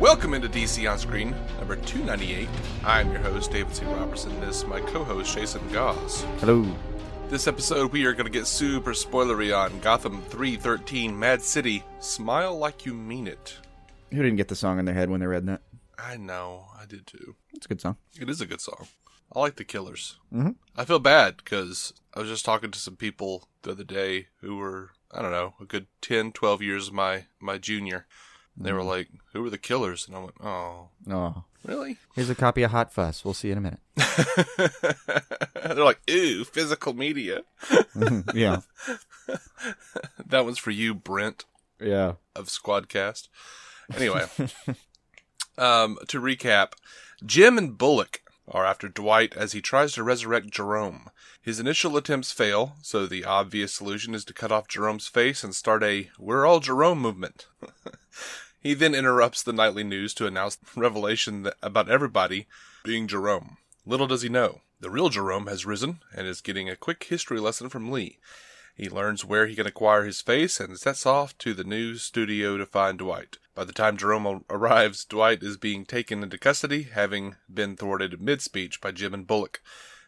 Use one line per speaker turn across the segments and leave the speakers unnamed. Welcome into DC On Screen, number 298. I'm your host, David C. Robertson. This is my co host, Jason Goss.
Hello.
This episode, we are going to get super spoilery on Gotham 313 Mad City Smile Like You Mean It.
Who didn't get the song in their head when they read that?
I know, I did too.
It's a good song.
It is a good song. I like the Killers.
Mhm.
I feel bad because I was just talking to some people the other day who were, I don't know, a good 10, 12 years my, my junior. They were like, Who were the Killers? And I went, Oh,
Oh.
really?
Here's a copy of Hot Fuss. We'll see you in a minute.
They're like, Ooh, physical media.
yeah.
That one's for you, Brent
Yeah.
of Squadcast. Anyway, um, to recap, Jim and Bullock are after Dwight as he tries to resurrect Jerome. His initial attempts fail, so the obvious solution is to cut off Jerome's face and start a We're All Jerome movement. he then interrupts the nightly news to announce the revelation that, about everybody being Jerome. Little does he know, the real Jerome has risen and is getting a quick history lesson from Lee. He learns where he can acquire his face and sets off to the news studio to find Dwight. By the time Jerome ar- arrives, Dwight is being taken into custody, having been thwarted mid speech by Jim and Bullock.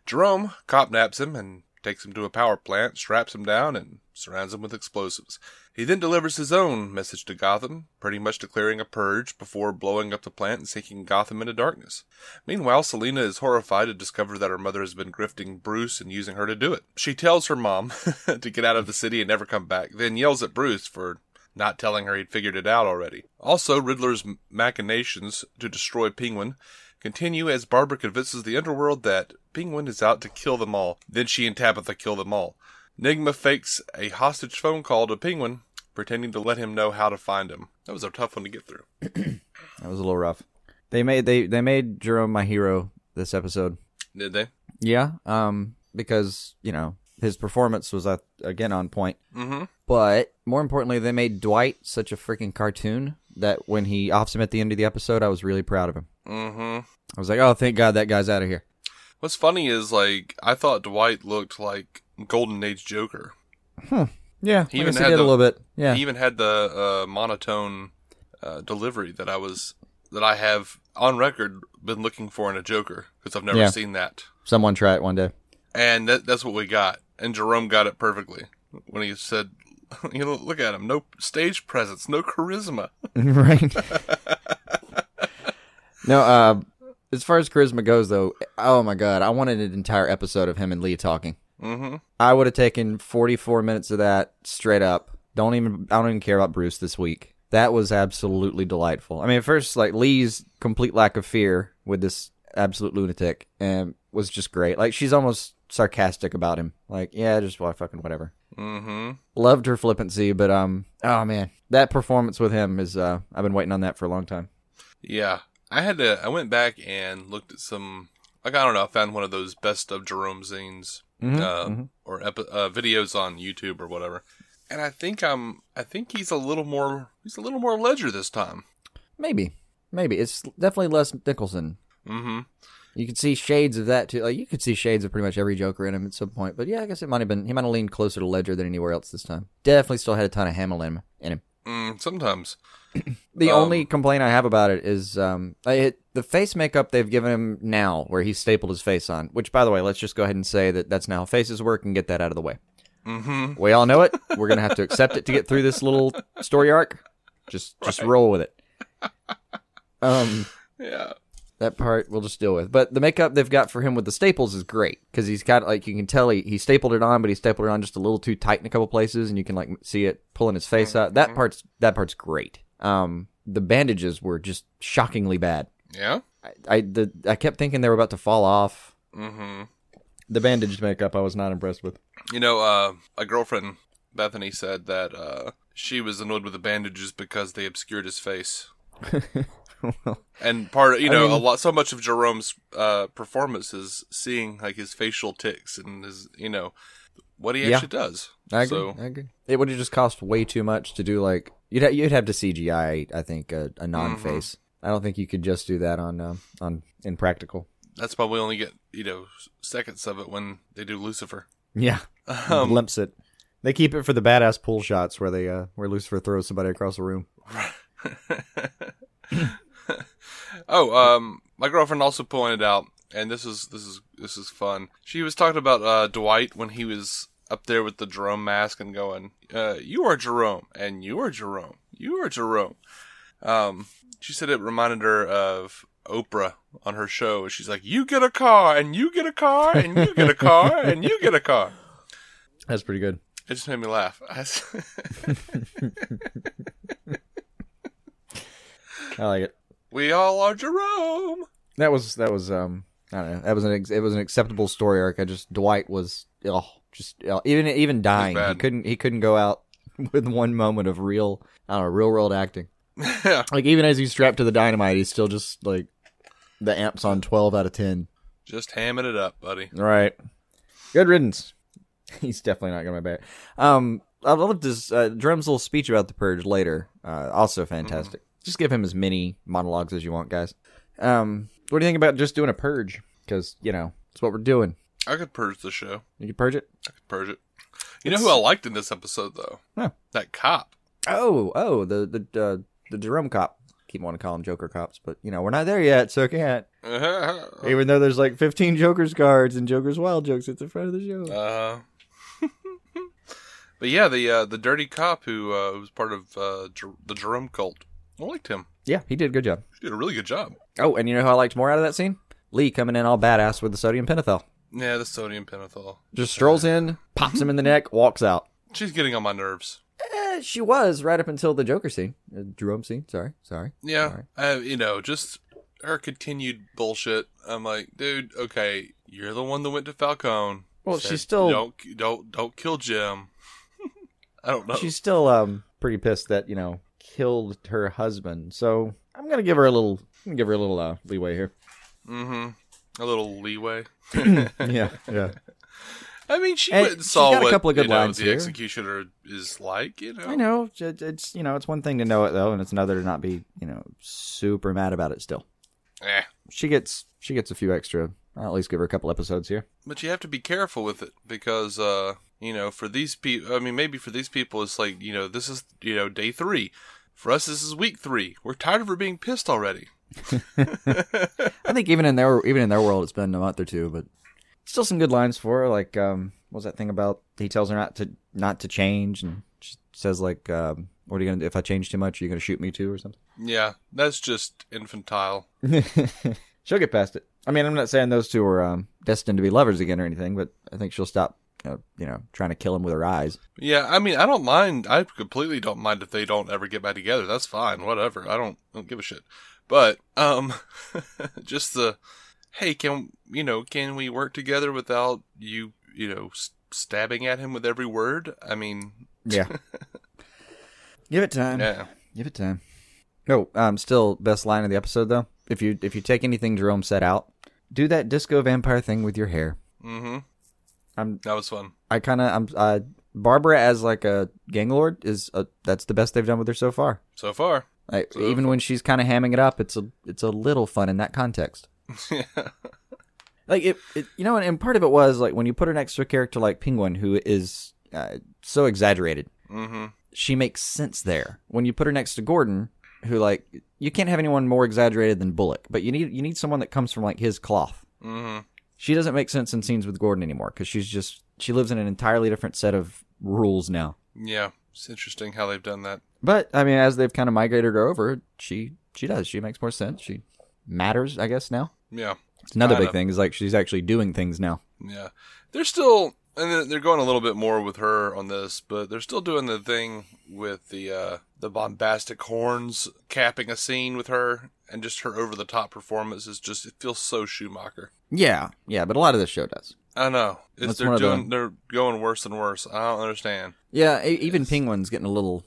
Jerome copnaps him and takes him to a power plant, straps him down, and surrounds him with explosives. He then delivers his own message to Gotham, pretty much declaring a purge before blowing up the plant and sinking Gotham into darkness. Meanwhile, Selina is horrified to discover that her mother has been grifting Bruce and using her to do it. She tells her mom to get out of the city and never come back, then yells at Bruce for not telling her he'd figured it out already. Also, Riddler's m- machinations to destroy Penguin continue as Barbara convinces the underworld that Penguin is out to kill them all. Then she and Tabitha kill them all. Nigma fakes a hostage phone call to Penguin, pretending to let him know how to find him. That was a tough one to get through.
That was a little rough. They made they they made Jerome my hero this episode.
Did they?
Yeah. Um because, you know, his performance was uh, again on point.
Mm-hmm.
But more importantly, they made Dwight such a freaking cartoon that when he offs him at the end of the episode, I was really proud of him.
Mm-hmm.
I was like, "Oh, thank God that guy's out of here."
What's funny is like I thought Dwight looked like Golden Age Joker.
Yeah,
He
I
even
guess
had
did
the-
a little bit. Yeah,
He even had the uh, monotone uh, delivery that I was that I have on record been looking for in a Joker because I've never
Yeah.
seen that,
someone try it one day.
and that, that's what we got. And Jerome got it perfectly when he said, "You know, look at him, no stage presence, no charisma."
right. no, uh, as far as charisma goes, though, oh my god, I wanted an entire episode of him and Lee talking.
Mm-hmm.
I would have taken forty-four minutes of that straight up. Don't even, I don't even care about Bruce this week. That was absolutely delightful. I mean, at first, like Lee's complete lack of fear with this absolute lunatic, and was just great. Like she's almost sarcastic about him. Like, yeah, just well, fucking whatever.
Mm-hmm.
Loved her flippancy, but um, oh man, that performance with him is uh, I've been waiting on that for a long time.
Yeah, I had to. I went back and looked at some. Like I don't know. I found one of those best of Jerome zines
Mhm,
uh,
mhm.
or epi- uh, videos on YouTube or whatever. And I think I'm. I think he's a little more. He's a little more ledger this time.
Maybe, maybe it's definitely less Nicholson.
Mm-hmm.
You could see shades of that too. Like you could see shades of pretty much every Joker in him at some point. But yeah, I guess it might have been he might have leaned closer to Ledger than anywhere else this time. Definitely still had a ton of Hamill in him. In him.
Mm, sometimes.
The
Um,
only complaint I have about it is um I- it, the face makeup they've given him now, where he's stapled his face on. Which, by the way, let's just go ahead and say that that's now how faces work and get that out of the way.
Mm-hmm.
We all know it. We're gonna have to accept it to get through this little story arc. Just just roll with it. Um.
Yeah.
That part we'll just deal with. But the makeup they've got for him with the staples is great because he's got like you can tell he, he stapled it on, but he stapled it on just a little too tight in a couple places, and you can like see it pulling his face out. That part's that part's great. Um, the bandages were just shockingly bad.
Yeah.
I I, the, I kept thinking they were about to fall off.
Mm-hmm.
The bandaged makeup I was not impressed with.
You know, uh, a girlfriend, Bethany, said that uh, she was annoyed with the bandages because they obscured his face. and part of, you know a lot so much of Jerome's uh, performance is seeing like his facial ticks and his you know what he
Yeah.
actually does.
I agree.
so
I agree. It would have just cost way too much to do like you'd ha- you'd have to CGI. I think a, a non face.
Mm-hmm.
I don't think you could just do that on uh, on in practical.
that's why we only get you know s- seconds of it when they do Lucifer.
Yeah,
Um,
limps it. They keep it for the badass pull shots where they uh, where Lucifer throws somebody across the room.
Oh, um, my girlfriend also pointed out, and this is this is this is fun. She was talking about uh, Dwight when he was up there with the Jerome mask and going, uh, "You are Jerome, and you are Jerome, you are Jerome." Um, she said it reminded her of Oprah on her show. She's like, "You get a car, and you get a car, and you get a car, and you get a car."
That's pretty good.
It just made me laugh.
I like it.
we all are Jerome.
That was that was um I don't know. That was an ex- it was an acceptable story arc. I just Dwight was ugh, just ugh, even even dying. He
bad.
couldn't he couldn't go out with one moment of real I don't know real world acting.
yeah,
Like even as he's strapped to the dynamite, he's still just like the amps on twelve out of ten.
just hamming it up, buddy.
Right. Good riddance. He's definitely not going to back. Um, I love this uh, Drum's little speech about the purge later. Uh, also fantastic. Just give him as many monologues as you want, guys. Um, what do you think about just doing a purge? Because you know it's what we're doing.
I could purge the show.
You can purge it.
I could purge it. You know who I liked in this episode though?
No.
That cop.
Oh, oh, the the uh, the Jerome cop. Keep wanting to call him Joker cops, but you know we're not there yet, so I can't.
Uh,
Even though there's like 15 Joker's cards and Joker's wild jokes at the front of the show.
but yeah, the uh, the dirty cop who uh, was part of uh, Jer- the Jerome cult. I liked him.
yeah, he did a good job.
He did a really good job.
Oh, and you know who I liked more out of that scene? Lee coming in all badass with the sodium pentothal.
Yeah, the sodium pentothal.
Just strolls in, pops him in the neck, walks out.
She's getting on my nerves.
Eh, she was right up until the Joker scene, uh, Jerome scene. Sorry, sorry.
Yeah, uh, you know, just her continued bullshit. I'm like, dude, okay, you're the one that went to Falcone.
Well,
Said,
she's still
don't don't don't kill Jim. I don't know.
she's still um pretty pissed that you know killed her husband. So I'm gonna give her a little, I'm gonna give her a little uh, leeway here.
mm-hmm. A little leeway.
yeah, yeah.
I mean, she
And
went and
she's
saw
got a
what
couple of good
you know,
lines
the
here.
executioner is like. You know,
I know it- it's you know it's one thing to know it though, and it's another to not be you know super mad about it. Still,
Eh.
she gets she gets a few extra. I'll at least give her a couple episodes here.
But you have to be careful with it because, uh, you know, for these people, I mean, maybe for these people, it's like, you know, this is, you know, day three. For us, this is week three. We're tired of her being pissed already.
I think even in their even in their world, it's been a month or two, but still some good lines for her. Like, um, what was that thing about? He tells her not to not to change, and she says like, um, "What are you gonna do if I change too much? Are you gonna shoot me too or something?"
Yeah, that's just infantile.
she'll get past it. I mean, I'm not saying those two are um, destined to be lovers again or anything, but I think she'll stop, uh, you know, trying to kill him with her eyes.
Yeah, I mean, I don't mind. I completely don't mind if they don't ever get back together. That's fine, whatever. I don't I don't give a shit. But um, just the hey, can you know, can we work together without you, you know, s- stabbing at him with every word? I mean,
Yeah. Give it time.
yeah,
Give it time. No, um, still best line of the episode though. If you if you take anything Jerome set out, do that disco vampire thing with your hair.
mm-hmm.
I'm-
that was fun.
I kind of I'm uh, Barbara as like a gang lord is a, that's the best they've done with her so far.
So far,
Like, even when she's kind of hamming it up, it's a it's a little fun in that context. Like it, it you know, and, and part of it was like when you put her next to a character like Penguin, who is uh, so exaggerated,
mm-hmm.
she makes sense there. When you put her next to Gordon, who like you can't have anyone more exaggerated than Bullock, but you need you need someone that comes from like his cloth.
Mm-hmm.
She doesn't make sense in scenes with Gordon anymore because she's just she lives in an entirely different set of rules now.
Yeah, it's interesting how they've done that.
But I mean, as they've kind of migrated her over, she she does. She makes more sense. She matters, I guess. Now
Yeah,
it's another
Kinda.
big thing is like she's actually doing things now.
Yeah, they're still, and they're- they're going a little bit more with her on this, but they're still doing the thing with the uh, the bombastic horns capping a scene with her, and just her over the top performance is just it feels so Schumacher.
Yeah, yeah. But a lot of this show does.
I know it's,
That's
they're
one of
doing they're going worse and worse. I don't understand.
Yeah, e- even Penguin's getting a little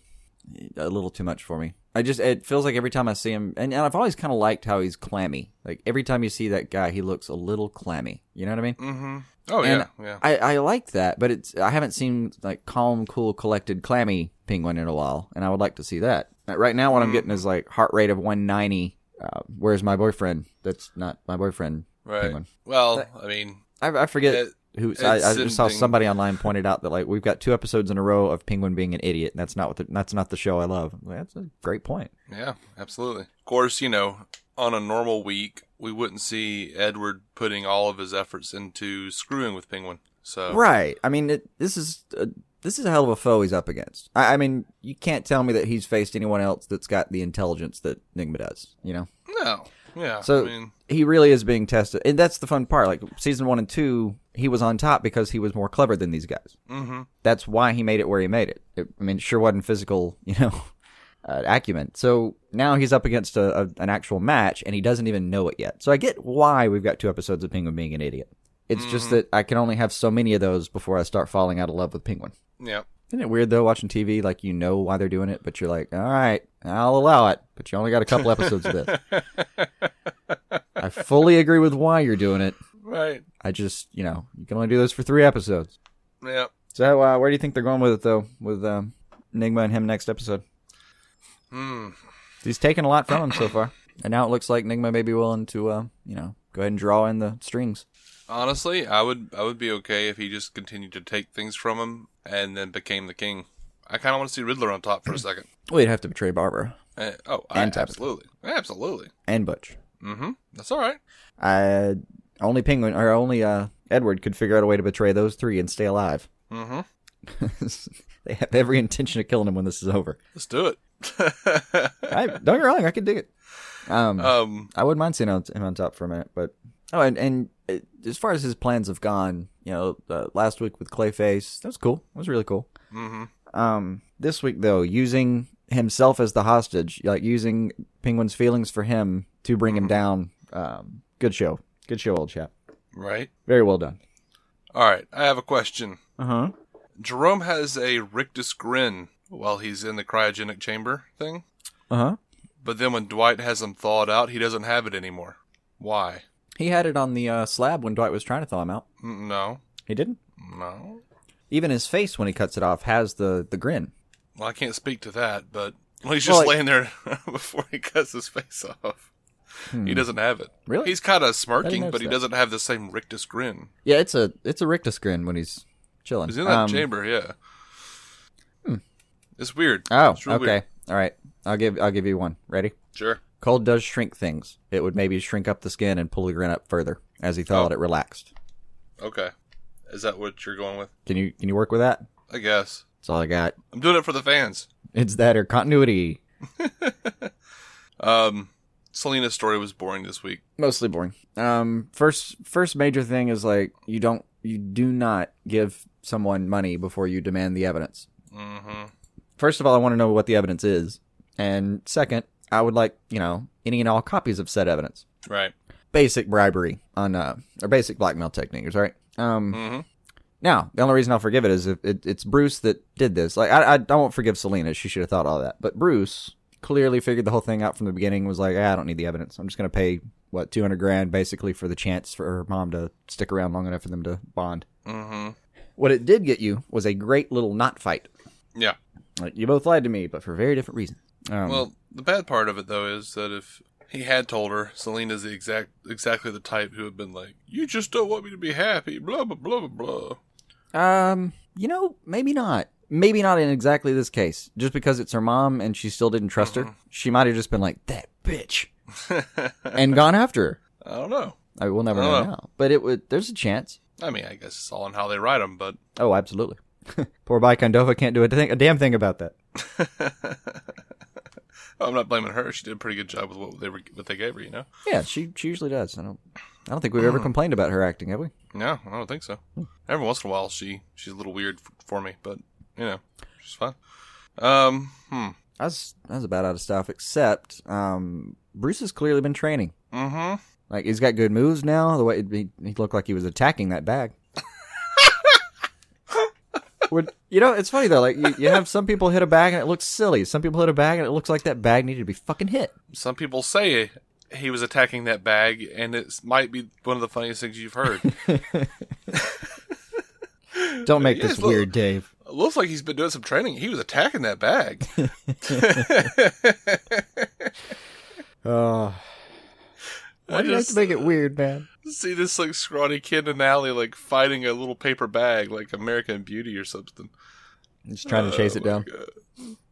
a little too much for me. I just it feels like every time I see him, and, and I've always kind of liked how he's clammy. Like every time you see that guy, he looks a little clammy. You know what I mean?
Mm-hmm. Oh
And
yeah, yeah.
I, I like that, but it's I haven't seen like calm, cool, collected, clammy penguin in a while, and I would like to see that. Uh, Right now,
Mm.
what I'm getting is like heart rate of 190. Uh, where's my boyfriend? That's not my boyfriend.
Right.
Penguin.
Well, I mean,
I, I forget.
it,
who I, I
It's
just saw
sending-
somebody online pointed out that like we've got two episodes in a row of Penguin being an idiot, and that's not what the, that's not the show I love. I'm like, that's a great point.
Yeah, absolutely. Of course, you know, on a normal week, we wouldn't see Edward putting all of his efforts into screwing with Penguin. So
Right. I mean, it, this is a, this is a hell of a foe he's up against. I, I mean, you can't tell me that he's faced anyone else that's got the intelligence that Nigma does. You know,
no, yeah.
So-
I mean,
he really is being tested, and that's the fun part. Like season one and two, he was on top because he was more clever than these guys.
mhm.
That's why he made it where he made it. it I mean, it sure wasn't physical, you know. Uh, acumen. So now he's up against a, a, an actual match, and he doesn't even know it yet. So I get why we've got two episodes of Penguin being an idiot. It's just that I can only have so many of those before I start falling out of love with Penguin.
yeah.
Isn't it weird though watching TV like you know why they're doing it, but you're like, all right, I'll allow it, but you only got a couple episodes of this. I fully agree with why you're doing it.
Right.
I just, you know, you can only do this for three episodes.
Yeah.
So uh, where do you think they're going with it though, with um, Enigma and him next episode?
Hmm.
He's taken a lot from him so far, and now it looks like Enigma may be willing to, uh, you know, go ahead and draw in the strings.
Honestly, I would I would be okay if he just continued to take things from him and then became the king. I kind of want to see Riddler on top for a second.
We'd have to betray Barbara
Uh, oh, I,
And Tabitha.
absolutely, absolutely.
and Butch.
Mm-hmm. That's all right.
I only Penguin or only uh, Edward could figure out a way to betray those three and stay alive.
Mm-hmm.
they have every intention of killing him when this is over.
Let's do it.
I, don't get me wrong, I could dig it. Um,
um.
I wouldn't mind seeing him him on top for a minute, but oh, and and uh, as far as his plans have gone, you know, uh, last week with Clayface, that was cool. That was really cool.
Mm-hmm.
Um, this week though, using himself as the hostage, like using Penguin's feelings for him to bring him down. Um, good show, good show, old chap.
Right.
Very well done.
All right. I have a question.
Uh huh.
Jerome has a rictus grin while he's in the cryogenic chamber thing,
Uh huh.
but then when Dwight has him thawed out, he doesn't have it anymore. Why?
He had it on the uh, slab when Dwight was trying to thaw him out.
Mm, No.
He didn't.
No.
Even his face when he cuts it off has the the grin.
Well, I can't speak to that, but well, he's just
Well, I-
laying there before he cuts his face off. He doesn't have it.
Hmm. Really?
He's kind of
I
smirking,
didn't
but he
notice
doesn't have the same rictus grin.
Yeah, it's a it's a rictus grin when he's chilling.
He's in that
Um, hmm.
chamber, yeah. It's weird.
Oh,
It's real
okay.
weird.
All right. I'll give I'll give you one. Ready?
Sure.
Cold does shrink things. It would maybe shrink up the skin and pull the grin up further. As he thawed,
Oh.
it relaxed.
Okay. Is that what you're going with?
Can you can you work with that?
I guess.
That's all I got.
I'm doing it for the fans.
It's that or continuity.
Um, Selena's story was boring this week.
Mostly boring. Um, first first major thing is like you don't you do not give someone money before you demand the evidence.
Mm-hmm.
First of all, I want to know what the evidence is, and second, I would like you know any and all copies of said evidence.
Right.
basic bribery on uh or basic blackmail techniques, right? Um
Mhm.
now, the only reason I'll forgive it is if it, it's Bruce that did this. Like I I, I won't forgive Selena, she should have thought all that. But Bruce clearly figured the whole thing out from the beginning, was like, ah, I don't need the evidence. I'm just gonna pay what, two hundred grand basically for the chance for her mom to stick around long enough for them to bond.
Mm-hmm.
What it did get you was a great little knot fight.
Yeah.
Like you both lied to me, but for very different reasons. Um,
Well, the bad part of it though is that if he had told her, Selena's the exact exactly the type who had been like, "You just don't want me to be happy," blah blah blah blah blah.
Um, you know, maybe not. Maybe not in exactly this case. Just because it's her mom and she still didn't trust
Mm-hmm.
her, she might have just been like that bitch and gone after her.
I don't know.
I mean, we'll never
Oh.
know now. But it would. There's a chance.
I mean, I guess it's all in how they write them, but
Oh, absolutely. Poor Bikondova can't do a, thing, a damn thing about that.
I'm not blaming her. She did a pretty good job with what they were, what they gave her. You know?
Yeah, she she usually does. I don't. I don't think we've ever complained about her acting, have we?
No, I don't think so. Every once in a while, she she's a little weird f- for me, but you know, she's fine. Um, hmm.
I was I was about out of stuff. Except, um, Bruce has clearly been training.
Mm-hmm.
Like he's got good moves now. The way he, he looked like he was attacking that bag. Would, you know, it's funny though. Like you, you have some people hit a bag and it looks silly. Some people hit a bag and it looks like that bag needed to be fucking hit.
some people say he was attacking that bag, and it might be one of the funniest things you've heard.
Don't make
Yeah,
this
it's a little-
weird, Dave.
It looks like he's been doing some training. He was attacking that bag.
Oh, why do you have to make it weird, man?
see this like scrawny kid in an alley like fighting a little paper bag like American Beauty or something.
Just trying to chase
Oh
it
my
down. Mm.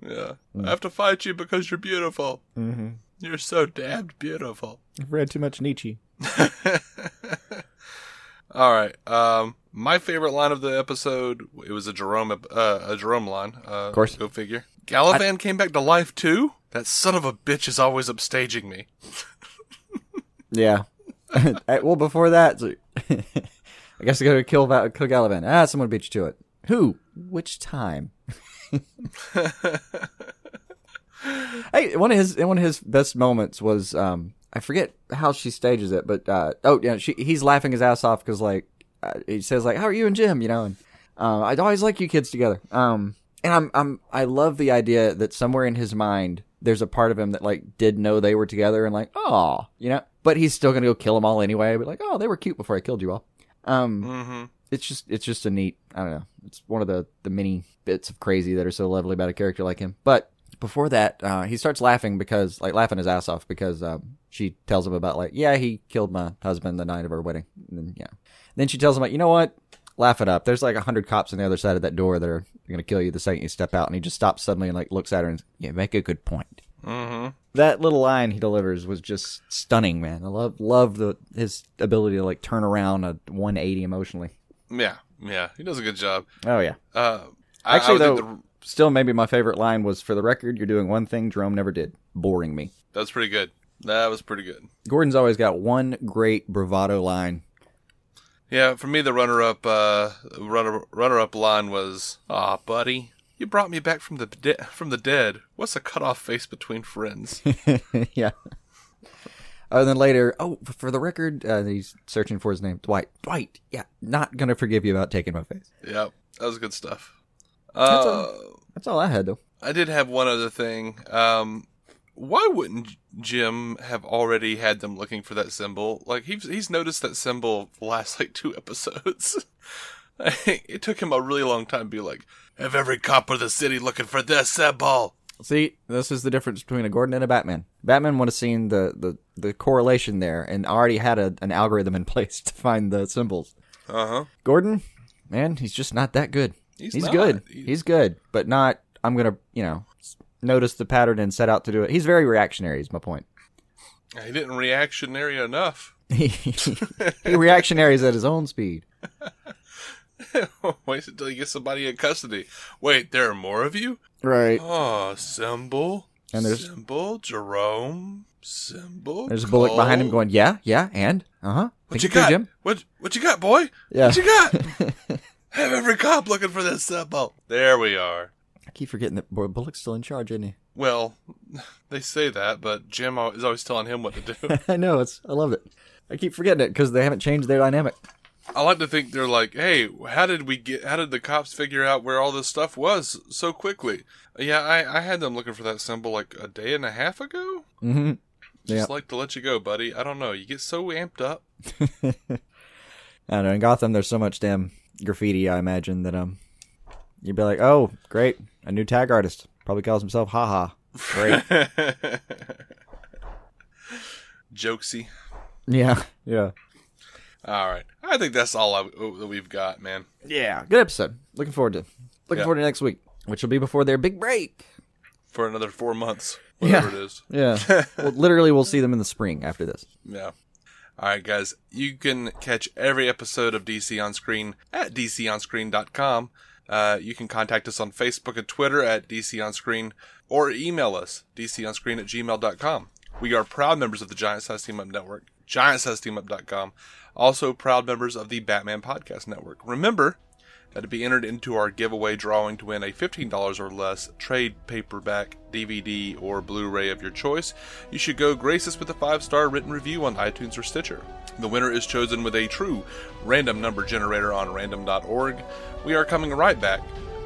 God. Yeah, I have to fight you because you're beautiful.
Mm-hmm.
You're so damned beautiful.
I've read too much Nietzsche.
All right. Um, my favorite line of the episode it was a Jerome ep- uh, a Jerome line. Uh, of
course.
go figure. Gallivan came back to life too. That son of a bitch is always upstaging me.
Yeah. Uh, well, before that, it's like- I guess I gotta kill, Val- kill Gallivan. Ah, someone beat you to it. Who? Which time?
Mm-hmm,
hey, one of his one of his best moments was um I forget how she stages it, but uh oh yeah, she he's laughing his ass off because like uh, he says like how are you and Jim, you know, and uh, I always like you kids together. Um, and I'm I'm I love the idea that somewhere in his mind there's a part of him that like did know they were together and like oh you know, but he's still gonna go kill them all anyway. But like oh they were cute before I killed you all. Um,
Mm-hmm.
it's just it's just a neat I don't know. It's one of the the many bits of crazy that are so lovely about a character like him. But before that, uh, he starts laughing because like laughing his ass off because um, she tells him about like yeah he killed my husband the night of our wedding. And then yeah, then she tells him like you know what. Laugh it up. There's like a hundred cops on the other side of that door that are gonna kill you the second you step out. And he just stops suddenly and like looks at her and yeah, make a good point.
Mm-hmm.
That little line he delivers was just stunning, man. I love love the his ability to like turn around a 180 emotionally.
Yeah, yeah. He does a good job.
Oh yeah.
Uh,
Actually,
would think
though- Still, maybe my favorite line was for the record, you're doing one thing Jerome never did boring me.
that's pretty good. That was pretty good.
Gordon's always got one great bravado line.
Yeah, for me, the runner-up, uh, runner, runner-up line was, "Ah, buddy, you brought me back from the de- from the dead. What's a cut-off face between friends?"
yeah. Oh, and then later, oh, for the record, uh, he's searching for his name Dwight. Dwight, yeah, not going to forgive you about taking my face.
yep, that was good stuff.
That's
Uh,
That's all I had, though.
I did have one other thing. Um, why wouldn't Jim have already had them looking for that symbol? Like he's he's noticed that symbol the last like two episodes. it took him a really long time to be like, "Have every cop of the city looking for this symbol."
See, this is the difference between a Gordon and a Batman. Batman would have seen the, the, the correlation there and already had a, an algorithm in place to find the symbols.
Uh
Uh-huh.
huh.
Gordon, man, he's just not that good.
He's
He's,
not.
good.
He-
He's, good, but not. I'm gonna, you know, s- notice the pattern and set out to do it. He's very reactionary. Is my point.
He didn't reactionary enough.
he reactionaries at his own speed.
Wait until you get somebody in custody. Wait, there are more of you?
Right.
Oh, Symbol.
And there's-
Symbol, Jerome, Symbol.
There's a bullet behind him
Cole.
going, yeah, yeah, and uh huh.
Oh. What you got?
Jim?
What what you got, boy?
Yeah.
What you got? Have every cop looking for this symbol. There we are.
I keep forgetting that Bo- Bullock's still in charge, isn't he?
Well, they say that, but Jim al- is always telling him what to do.
I know. It's. I love it. I keep forgetting it because they haven't changed their dynamic.
I like to think they're like, "Hey, how did we get? How did the cops figure out where all this stuff was so quickly?" Yeah, I, I had them looking for that symbol like a day and a half ago.
Mm-hmm.
Just
Yeah.
like to let you go, buddy. I don't know. You get so amped up.
I don't know. In Gotham, there's so much damn graffiti. I imagine that um, you'd be like, oh, great, a new tag artist probably calls himself haha. Great.
Jokesy.
yeah. Yeah.
All right. I think that's all I, oh, that we've got, man.
Yeah. Good episode. Looking forward to. Looking
Yeah.
forward to next week, which will be before their big break.
For another four months, whatever it is.
Yeah. well, literally, we'll see them in the spring after this.
Yeah. All right, guys. You can catch every episode of DC On Screen at dconscreen.com. Uh, you can contact us on Facebook and Twitter at DC On Screen or email us, dconscreen at gmail.com. We are proud members of the Giant Size Team Up Network, giantsizeteamup.com, also proud members of the Batman Podcast Network. Remember that uh, to be entered into our giveaway drawing to win a $15 or less trade paperback, DVD, or Blu ray of your choice, you should go grace us with a five star written review on iTunes or Stitcher. The winner is chosen with a true random number generator on random.org. We are coming right back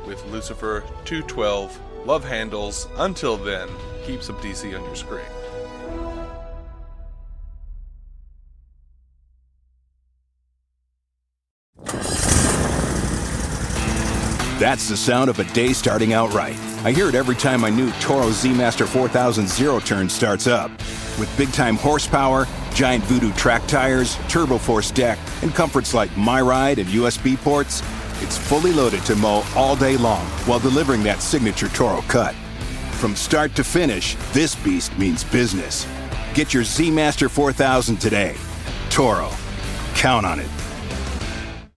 with Lucifer 212 Love Handles. Until then, keep some DC on your screen.
That's the sound of a day starting out right. I hear it every time my new Toro Z Master 4000 zero turn starts up. With big time horsepower, giant voodoo track tires, turbo force deck, and comforts like MyRide and USB ports, it's fully loaded to mow all day long while delivering that signature Toro cut. From start to finish, this beast means business. Get your Z Master 4000 today. Toro. Count on it.